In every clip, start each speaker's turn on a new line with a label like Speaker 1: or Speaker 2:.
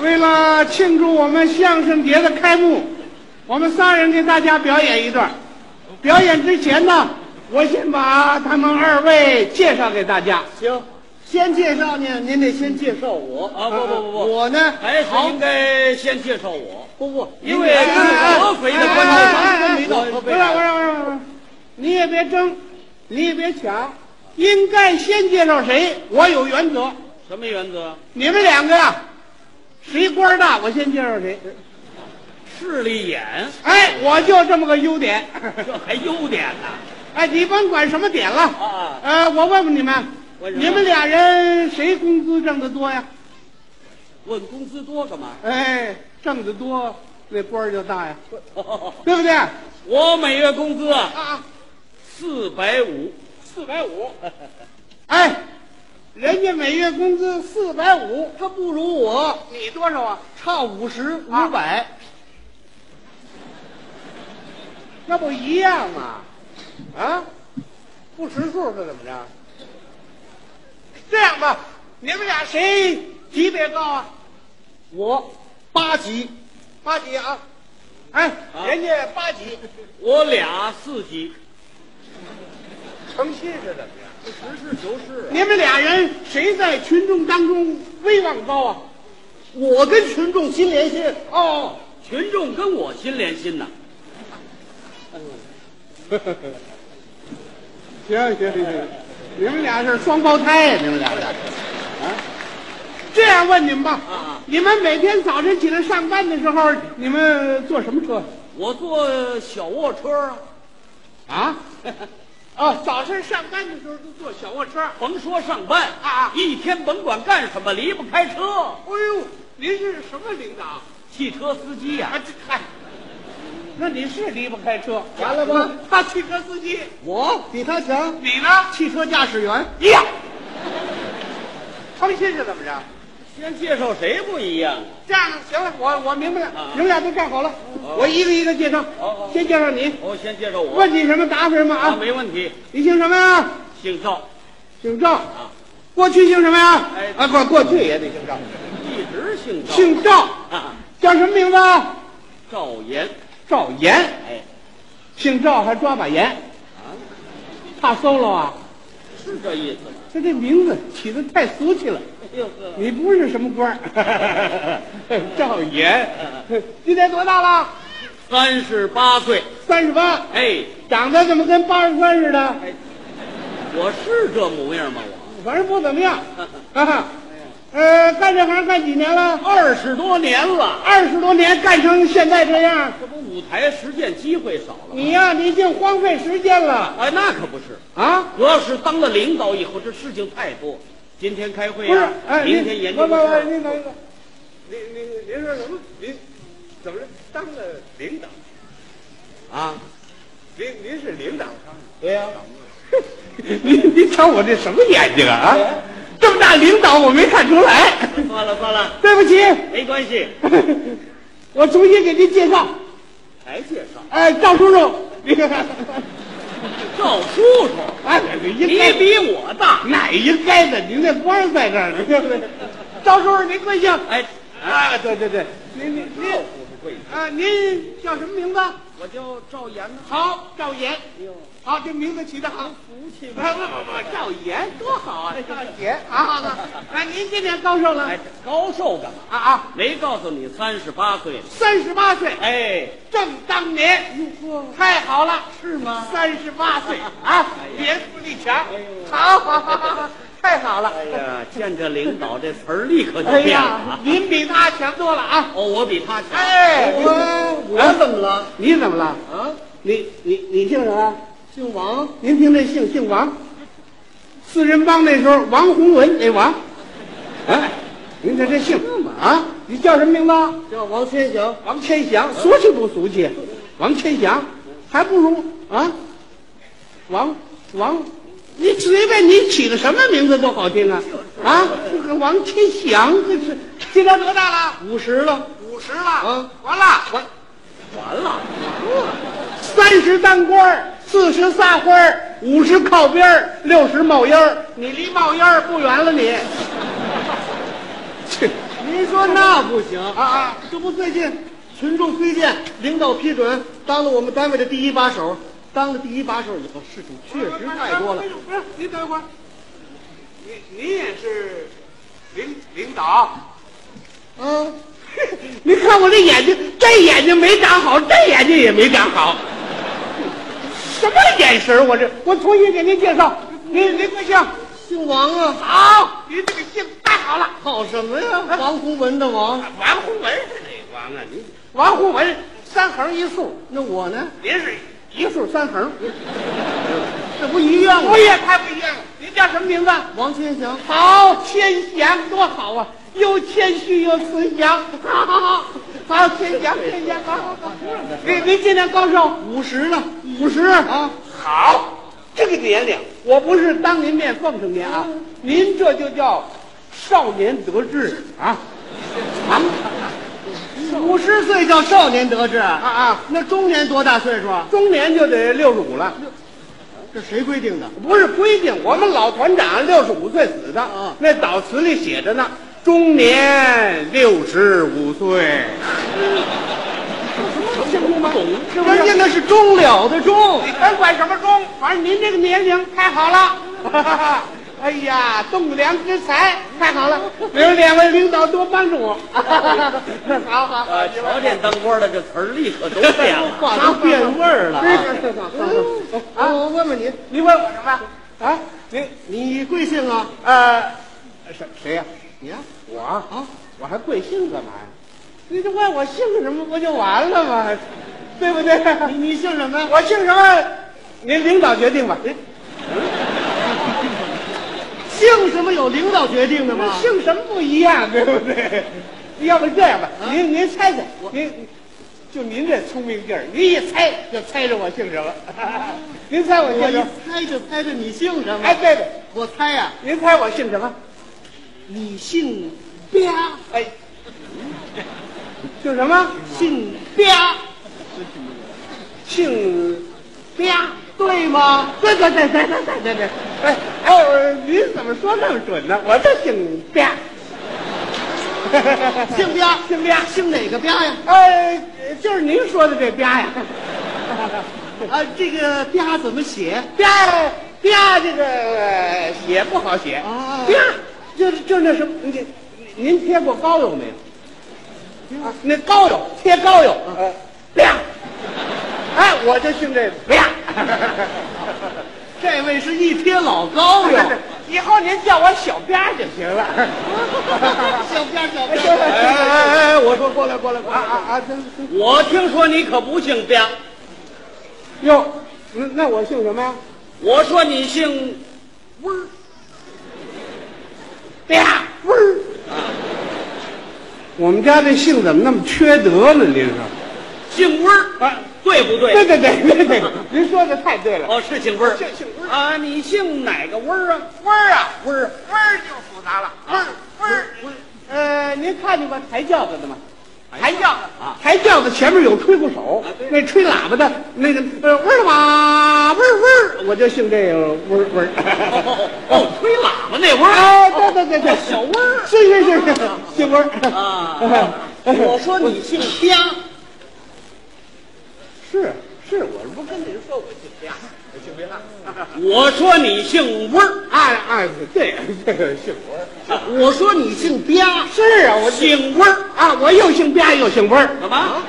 Speaker 1: 为了庆祝我们相声节的开幕，我们三人给大家表演一段。表演之前呢，我先把他们二位介绍给大家。
Speaker 2: 行，先介绍呢，您得先介绍我
Speaker 3: 啊不不不不
Speaker 2: 我呢
Speaker 3: 还是应该先介绍我，
Speaker 2: 不不，
Speaker 3: 因为这个合肥的观众
Speaker 2: 哎哎哎哎
Speaker 3: 还没到合
Speaker 1: 不
Speaker 3: 肥啊
Speaker 1: 是不
Speaker 3: 来。
Speaker 1: 是不是不是，你也别争，你也别抢，应该先介绍谁，我有原则。
Speaker 3: 什么原则？
Speaker 1: 你们两个呀，谁官儿大，我先介绍谁。
Speaker 3: 势利眼，
Speaker 1: 哎，我就这么个优点。
Speaker 3: 这还优点呢？
Speaker 1: 哎，你甭管什么点了。
Speaker 3: 啊
Speaker 1: 呃，我问问你们，
Speaker 3: 问什么
Speaker 1: 你们俩人谁工资挣得多呀？
Speaker 3: 问工资多干嘛？
Speaker 1: 哎，挣得多，那官儿就大呀，
Speaker 3: 我
Speaker 1: 对不啊对？
Speaker 3: 每月工资啊
Speaker 1: 啊，
Speaker 3: 四百五，
Speaker 1: 四百五。哎，人家每月工资四百五，
Speaker 2: 他不如我，
Speaker 1: 你多少啊？
Speaker 2: 差五十五
Speaker 1: 啊
Speaker 2: 百，
Speaker 1: 那不一样吗？啊，不识数是怎么着？这样吧，你们俩谁级别高啊？
Speaker 2: 我八级，
Speaker 1: 八级啊？哎，
Speaker 3: 啊
Speaker 1: 人家八级，
Speaker 3: 我俩四级，
Speaker 1: 诚信是怎么着？
Speaker 3: 实事求是。啊
Speaker 1: 你们俩人谁在群众当中威望高啊？
Speaker 2: 我跟群众心连心，
Speaker 1: 哦，
Speaker 3: 群众跟我心连心呐，
Speaker 1: 行行行，你们俩是双胞胎呀、你们俩是。啊，这样问你们吧，
Speaker 3: 啊
Speaker 1: 你们每天早晨起来上班的时候，你们坐什么车？
Speaker 3: 我坐小卧车啊，
Speaker 1: 啊？哦，早晨上班的时候都坐小卧车。哎
Speaker 3: 甭说上班
Speaker 1: 啊
Speaker 3: 一天甭管干什么，离不开车。
Speaker 1: 呦，您是什么领导？
Speaker 3: 汽车司机呀、
Speaker 1: 啊，这嗨，那你是离不开车。
Speaker 2: 完了吧？
Speaker 1: 他汽车司机，
Speaker 2: 我比他强，
Speaker 1: 你呢？
Speaker 2: 汽车驾驶员，
Speaker 1: 一样。诚信是怎么着？
Speaker 3: 先介绍谁不一样？
Speaker 1: 这样行了，我我明白了，
Speaker 3: 啊
Speaker 1: 你们俩都站好了，
Speaker 2: 哦
Speaker 1: 我一个一个介绍
Speaker 3: 好好，
Speaker 1: 先介绍你，
Speaker 3: 我先介绍我。
Speaker 1: 问你什么答复什么
Speaker 3: 啊，
Speaker 1: 啊？
Speaker 3: 没问题。
Speaker 1: 你姓什么
Speaker 2: 啊
Speaker 1: 呀？
Speaker 3: 姓赵，
Speaker 1: 姓赵，过去姓什么呀
Speaker 3: 哎？
Speaker 1: 啊，过过去也得姓赵，
Speaker 3: 一直姓赵。
Speaker 1: 姓赵，
Speaker 3: 啊，
Speaker 1: 叫什么名字啊？
Speaker 3: 赵岩。
Speaker 1: 赵岩，
Speaker 3: 哎，
Speaker 1: 姓赵还抓把盐，
Speaker 3: 啊，
Speaker 1: 怕 solo 啊？
Speaker 3: 是这意思吗？哎
Speaker 1: 这这名字起的太俗气了，
Speaker 3: 就是
Speaker 1: 你不是什么官儿？ 赵岩，今年多大了？
Speaker 3: 三十八岁。
Speaker 1: 三十八，
Speaker 3: 哎，
Speaker 1: 长得怎么跟八十三似的？
Speaker 3: 我是这模样吗？我
Speaker 1: 反正不怎么样。啊，呃，干这行干几年了？
Speaker 3: 二十多年了，
Speaker 1: 二十多年，干成现在这样，
Speaker 3: 这不舞台实践机会少了吗？
Speaker 1: 你呀、你已经荒废时间了
Speaker 3: 哎，那可不是，
Speaker 1: 啊！
Speaker 3: 主要是当了领导以后，这事情太多。今天开会
Speaker 1: 不是
Speaker 3: 呀、，
Speaker 1: 哎，
Speaker 3: 明
Speaker 1: 您
Speaker 3: 天研
Speaker 1: 不
Speaker 3: 究
Speaker 1: 不
Speaker 3: 个
Speaker 1: 不，
Speaker 3: 事
Speaker 1: 您等一
Speaker 3: 儿。
Speaker 1: 等，您您您说什么？您怎么着？当了领导？
Speaker 3: 啊，
Speaker 1: 您您是领导？
Speaker 3: 对呀、
Speaker 1: 您您瞧我这什么眼睛啊？啊，这么大领导我没看出来，
Speaker 3: 算了算了，
Speaker 1: 对不起，
Speaker 3: 没关系，
Speaker 1: 我重新给您介绍，
Speaker 3: 还介绍
Speaker 1: 哎，赵叔叔，您看，
Speaker 3: 赵叔叔。
Speaker 1: 哎，
Speaker 3: 你
Speaker 1: 应该
Speaker 3: 比我大。
Speaker 1: 那应该的，您那官儿在这儿呢，对不对？赵叔叔，您贵姓？
Speaker 3: 哎，
Speaker 1: 啊，对对对，您您
Speaker 3: 赵
Speaker 1: 您
Speaker 3: 不贵，
Speaker 1: 啊，您叫什么名字？
Speaker 3: 我叫赵岩呢。
Speaker 1: 好，赵岩。
Speaker 3: 哎呦，
Speaker 1: 好，这名字起得好，
Speaker 3: 福气
Speaker 1: 不不不，赵岩多好啊！赵 岩啊，啊，您今年高寿了？
Speaker 3: 哎，高寿干嘛？
Speaker 1: 啊啊，
Speaker 3: 没告诉你三十八岁了。
Speaker 1: 三十八岁，
Speaker 3: 哎，
Speaker 1: 正当年，太好了，
Speaker 3: 是吗？
Speaker 1: 三十八岁啊，年富力强，好好好好好，太好了。
Speaker 3: 哎呀，见着领导这词儿立刻就
Speaker 1: 哎
Speaker 3: 变
Speaker 1: 呀
Speaker 3: 了。，
Speaker 1: 您比他强多了啊！
Speaker 3: 哦，我比他强。
Speaker 1: 哎，我
Speaker 2: 我怎么了？
Speaker 1: 你怎么了？
Speaker 2: 啊，
Speaker 1: 你你你姓什么？
Speaker 2: 姓王，
Speaker 1: 您听这姓姓王，四人帮那时候王洪文那王，哎，您这这姓啊？你叫什么名字？
Speaker 2: 叫王千祥，
Speaker 1: 王千祥，俗气不俗气？王千祥，还不如啊，王王，你随便你起个什么名字都好听啊啊！这个王千祥，这是今年多大了？
Speaker 2: 五十了，啊
Speaker 1: 五十了，完了，完。
Speaker 3: 完了，
Speaker 1: 三十当官儿，四十撒欢儿，五十靠边儿，六十冒烟儿。你离冒烟儿不远了你，这
Speaker 2: 您说那不行
Speaker 1: 啊啊！
Speaker 2: 这不最近群众推荐，领导批准，当了我们单位的第一把手。当了第一把手以后，事情确实太多了。
Speaker 1: 不是，哎您等一会儿，你你也是领领导？
Speaker 2: 啊，
Speaker 1: 你看我这眼睛，这眼睛没长好，这眼睛也没长好，什么眼神儿？我这，我重新给您介绍，您您贵姓？
Speaker 2: 姓王啊，
Speaker 1: 好，您这个姓太好了，
Speaker 2: 好什么呀？王洪文的王，
Speaker 1: 王洪文是哪王啊？您王洪文三横一竖，
Speaker 2: 那我呢？
Speaker 1: 您是一竖三横，
Speaker 2: 这不一样吗
Speaker 1: 我？也太不一样了。您叫什么名字？
Speaker 2: 王千祥，
Speaker 1: 好，千祥多好啊，又谦虚又慈祥，好好好，好千祥千祥，好好好，您您今年高寿？
Speaker 2: 五十了
Speaker 1: 五十
Speaker 2: 啊！
Speaker 1: 好，这个年龄，我不是当您面奉承您啊，您这就叫少年得志啊啊
Speaker 2: 五十岁叫少年得志
Speaker 1: 啊啊！
Speaker 2: 那中年多大岁数啊？
Speaker 1: 中年就得六十五了，
Speaker 2: 这谁规定的？
Speaker 1: 不是规定，我们老团长六十五岁死的
Speaker 2: 啊
Speaker 1: 那悼词里写着呢，中年六十五岁。什么
Speaker 2: 人家那是终了的终，
Speaker 1: 你甭哎管什么钟，反正您这个年龄太好 了。哎呀，栋梁之才，太好了！没有两位领导多帮助我。好好好，
Speaker 3: 啊，瞧见当官的这词儿立刻都变了。
Speaker 2: 话都变味儿了啊。啊，我问问你，
Speaker 1: 嗯你问我什么？啊，您
Speaker 2: 你贵姓啊？
Speaker 1: 呃，谁谁呀、
Speaker 2: 你啊？
Speaker 1: 我啊，我还贵姓干嘛呀？你就问我姓什么不就完了吗？对不对？
Speaker 2: 你你姓什么呀？
Speaker 1: 我姓什么？哎您领导决定吧。您
Speaker 2: 姓什么有领导决定的吗？
Speaker 1: 姓什么嗯不一样，对不对？要不这样吧，您您猜猜，您就您这聪明劲儿，您一猜就猜着我姓什么。 您猜我
Speaker 2: 我
Speaker 1: 姓什么？
Speaker 2: 一猜就猜着你姓什
Speaker 1: 哎，
Speaker 2: 么？
Speaker 1: 对了，
Speaker 2: 我猜呀，
Speaker 1: 您猜我姓什么？
Speaker 2: 你姓吧，
Speaker 1: 哎，姓什么？
Speaker 2: 姓吧
Speaker 1: 姓
Speaker 2: 吧，对吗？
Speaker 1: 对对对对对对对对。哎哎，我您怎么说那么准呢？我就姓吧。
Speaker 2: 姓吧，
Speaker 1: 姓吧
Speaker 2: 姓哪个吧呀？
Speaker 1: 哎，就是您说的这吧呀，
Speaker 2: 啊，这个吧怎么写？
Speaker 1: 吧吧这个写不好写。
Speaker 2: 啊
Speaker 1: 对就是就是那什么，您您贴过膏药没有？啊，那膏药贴膏药，呃，亮，哎，我就姓这亮。
Speaker 2: 这位是一贴老膏药。
Speaker 1: 以后您叫我小边儿就行 了。
Speaker 2: 小边儿小
Speaker 1: 哎
Speaker 2: 边
Speaker 1: 哎
Speaker 2: 儿，
Speaker 1: 哎哎，我说过来过来过来啊啊！真真
Speaker 3: 我听说你可不姓边，
Speaker 1: 哟，那那我姓什么呀？
Speaker 3: 我说你姓
Speaker 1: 嗯啪，嗡儿。 我们家这姓怎么那么缺德呢？您说？
Speaker 3: 姓温儿，
Speaker 1: 啊，
Speaker 3: 对不
Speaker 1: 对
Speaker 3: 对？
Speaker 1: 对对对对，您说的太对了。
Speaker 3: 哦，是姓温儿，
Speaker 1: 姓姓温儿
Speaker 3: 啊，你姓哪个温儿啊？
Speaker 1: 温儿啊，
Speaker 3: 温儿，
Speaker 1: 温儿就复杂了。温儿温儿，呃，您看见过抬轿子的吗？抬轿子啊，抬轿子前面有吹鼓手，那吹喇叭的那个呃嗡儿哇嗡儿嗡儿，我就姓这个嗡儿嗡儿。
Speaker 3: 哦哦，吹喇叭那温儿
Speaker 1: 哎，对对对对，
Speaker 3: 小温儿
Speaker 1: 是是是是，姓温儿
Speaker 3: 啊。我说你姓边，
Speaker 1: 是是，我不跟您说我姓边，我姓边
Speaker 3: 我说你姓温儿，
Speaker 1: 啊啊，对这个姓温
Speaker 2: 我说你姓吧，
Speaker 1: 是啊，我
Speaker 3: 姓温儿
Speaker 1: 啊，我又姓边又姓温儿，
Speaker 3: 怎么？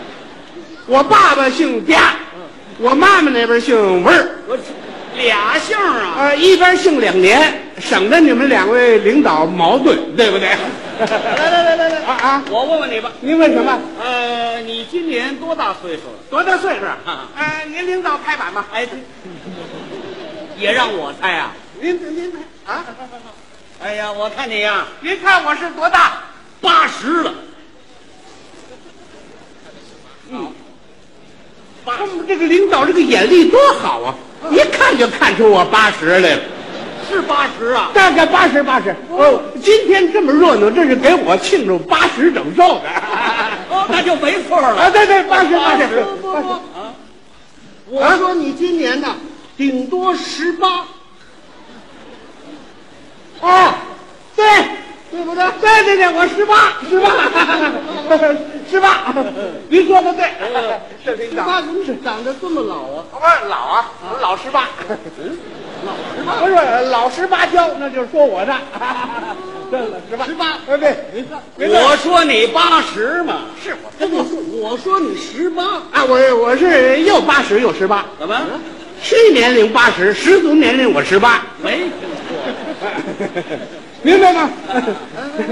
Speaker 1: 我爸爸姓边，我妈妈那边姓温儿，
Speaker 3: 我俩姓儿啊。
Speaker 1: 啊，一边姓两年，省得你们两位领导矛盾，对不对？
Speaker 3: 来来来来来，
Speaker 1: 啊啊，
Speaker 3: 我问问你吧，
Speaker 1: 您问什么？
Speaker 3: 呃，你今年多大岁数了？
Speaker 1: 多大岁数？
Speaker 3: 啊
Speaker 1: 呃，您领导拍板吧。
Speaker 3: 哎，也让我猜啊！
Speaker 1: 您您啊，
Speaker 3: 哎呀，我看你呀、
Speaker 1: 您看我是多大？
Speaker 3: 八十了。嗯，八
Speaker 1: 他们这个领导这个眼力多好啊，
Speaker 2: 嗯
Speaker 1: 一看就看出我八十来了。
Speaker 3: 是八十啊！
Speaker 1: 大概八十八十。哦，今天这么热闹，这是给我庆祝八十整寿 的。
Speaker 3: 哦，那就没错
Speaker 1: 啊，
Speaker 3: 了。
Speaker 1: 对对，八十八十
Speaker 2: 哦不不
Speaker 1: 八
Speaker 2: 不
Speaker 1: 十。，
Speaker 2: 我说你今年呢，顶多十八。
Speaker 1: 哦啊，对，对不对？对对对，我十八，十八，十八，您说的对，呃这
Speaker 2: 十
Speaker 1: 领导，
Speaker 2: 八怎么长得这么老啊？
Speaker 1: 不是老啊，老十八，老十八，不是老十八娇，那就是说我的， 对了，十八，
Speaker 2: 十八，
Speaker 1: 哎对，没错
Speaker 3: 我说你八十嘛，
Speaker 1: 是我
Speaker 2: 哎，我说我说你十八，
Speaker 1: 啊，我我是又八十又十八，
Speaker 3: 怎么
Speaker 1: 去年龄八十，十足年龄我十八，
Speaker 3: 没听说？
Speaker 1: 明白 吗？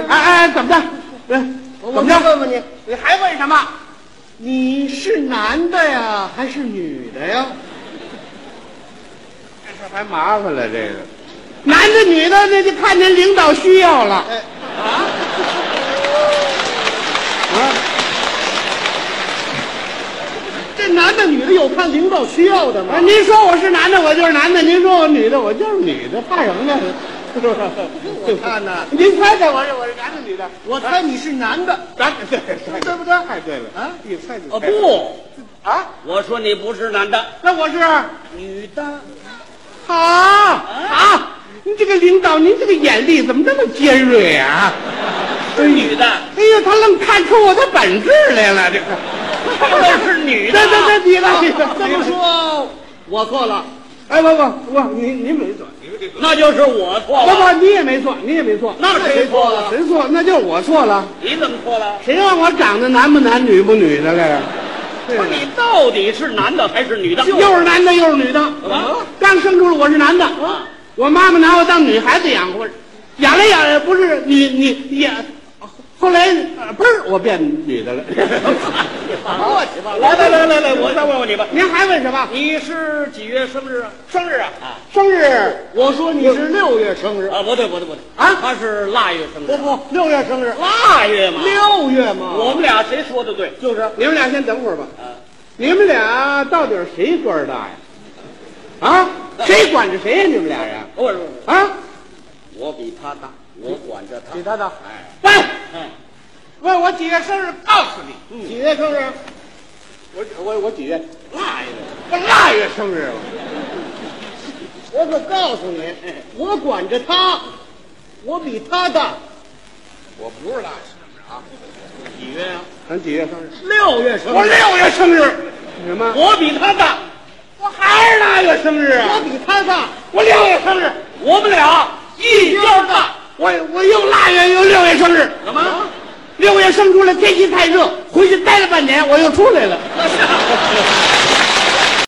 Speaker 1: 哎哎，怎么着？来，
Speaker 2: 我
Speaker 1: 怎么
Speaker 2: 再
Speaker 1: 着？
Speaker 2: 问问你，
Speaker 1: 你还问什么？
Speaker 2: 你是男的呀，还是女的呀？
Speaker 1: 这事还麻烦了，这个男的女的，那就看您领导需要了。
Speaker 2: 哎，这男的女的有看领导需要的
Speaker 1: 啊，
Speaker 2: 吗？
Speaker 1: 您说我是男的，我就是男的；您说我女的，我就是女的，怕什么呀？是不是？
Speaker 2: 我看呐
Speaker 1: 您猜猜我是我是男的女的？
Speaker 2: 我猜你是男的
Speaker 1: 咱对对不对？太对了
Speaker 2: 啊！
Speaker 1: 你猜就
Speaker 3: 啊不，
Speaker 1: 啊，
Speaker 3: 我说你不是男的，
Speaker 1: 那我是
Speaker 3: 女的。
Speaker 1: 好啊！您这个领导，您这个眼力怎么这么尖锐啊？
Speaker 3: 是女的，
Speaker 1: 哎呦，他愣看出我的本质来了，这个。
Speaker 3: 又是女
Speaker 1: 对
Speaker 3: 的，
Speaker 1: 对对，你了，你了，
Speaker 2: 这么说，我错了。
Speaker 1: 哎，不不不，您您没错，
Speaker 3: 那就是我错
Speaker 1: 不
Speaker 3: 了。
Speaker 1: 不，你也没错，你也没错，
Speaker 3: 那谁错了？
Speaker 1: 谁错？那就是我错了，
Speaker 3: 你怎么错了？
Speaker 1: 谁让我长得男不男女不女的来着？
Speaker 3: 不是你到底是男的还是女的？
Speaker 1: 又是男的又是女的，
Speaker 3: 么
Speaker 1: 刚生出来我是男的，
Speaker 3: 啊
Speaker 1: 我妈妈拿我当女孩子养活，养来养来不是女女养，
Speaker 3: 哦
Speaker 1: 后来呃嘣儿我变女的了。
Speaker 3: 过去吧。来来来来来，我再问问你吧，
Speaker 1: 您还问什么？
Speaker 3: 你是几月生日啊？生日啊？啊
Speaker 1: 生日
Speaker 2: 我说你是六月生日，
Speaker 3: 啊，不对不对不对
Speaker 1: 啊
Speaker 3: 他是腊月生
Speaker 2: 不
Speaker 3: 日，
Speaker 1: 哦
Speaker 2: 不，六月生日，
Speaker 3: 腊月嘛。
Speaker 2: 六月嘛。
Speaker 3: 哦我们俩谁说的对？
Speaker 2: 就是
Speaker 1: 你们俩先等会儿吧。
Speaker 3: 啊
Speaker 1: 你们俩到底谁官儿大呀？啊，谁管着谁呀、你们俩人
Speaker 3: 不是不是，不是
Speaker 1: 啊？
Speaker 3: 我比他大，我管着他。
Speaker 1: 他大。
Speaker 3: 哎
Speaker 1: 喂，
Speaker 2: 嗯
Speaker 3: 哎，
Speaker 1: 问我几月生日？告诉你，
Speaker 2: 几月生日？
Speaker 1: 我我我几月？
Speaker 3: 腊月
Speaker 1: 我腊月生日我
Speaker 2: 我可告诉你，
Speaker 1: 嗯
Speaker 2: 我管着他，我比他大。
Speaker 1: 我不是腊月生日啊，
Speaker 3: 几月啊？
Speaker 1: 咱几月生日？
Speaker 2: 六月生
Speaker 1: 我
Speaker 2: 日，
Speaker 1: 六月生日。什么？
Speaker 3: 我比他大，
Speaker 1: 我还是腊月生日
Speaker 2: 我
Speaker 1: 啊！
Speaker 2: 比他大。
Speaker 1: 我六月生日，
Speaker 3: 我们俩一家大。
Speaker 1: 我我又腊月又六月生日。
Speaker 3: 怎么？
Speaker 1: 六月生出来天气太热，回去待了半年，我又出来了。
Speaker 3: 那是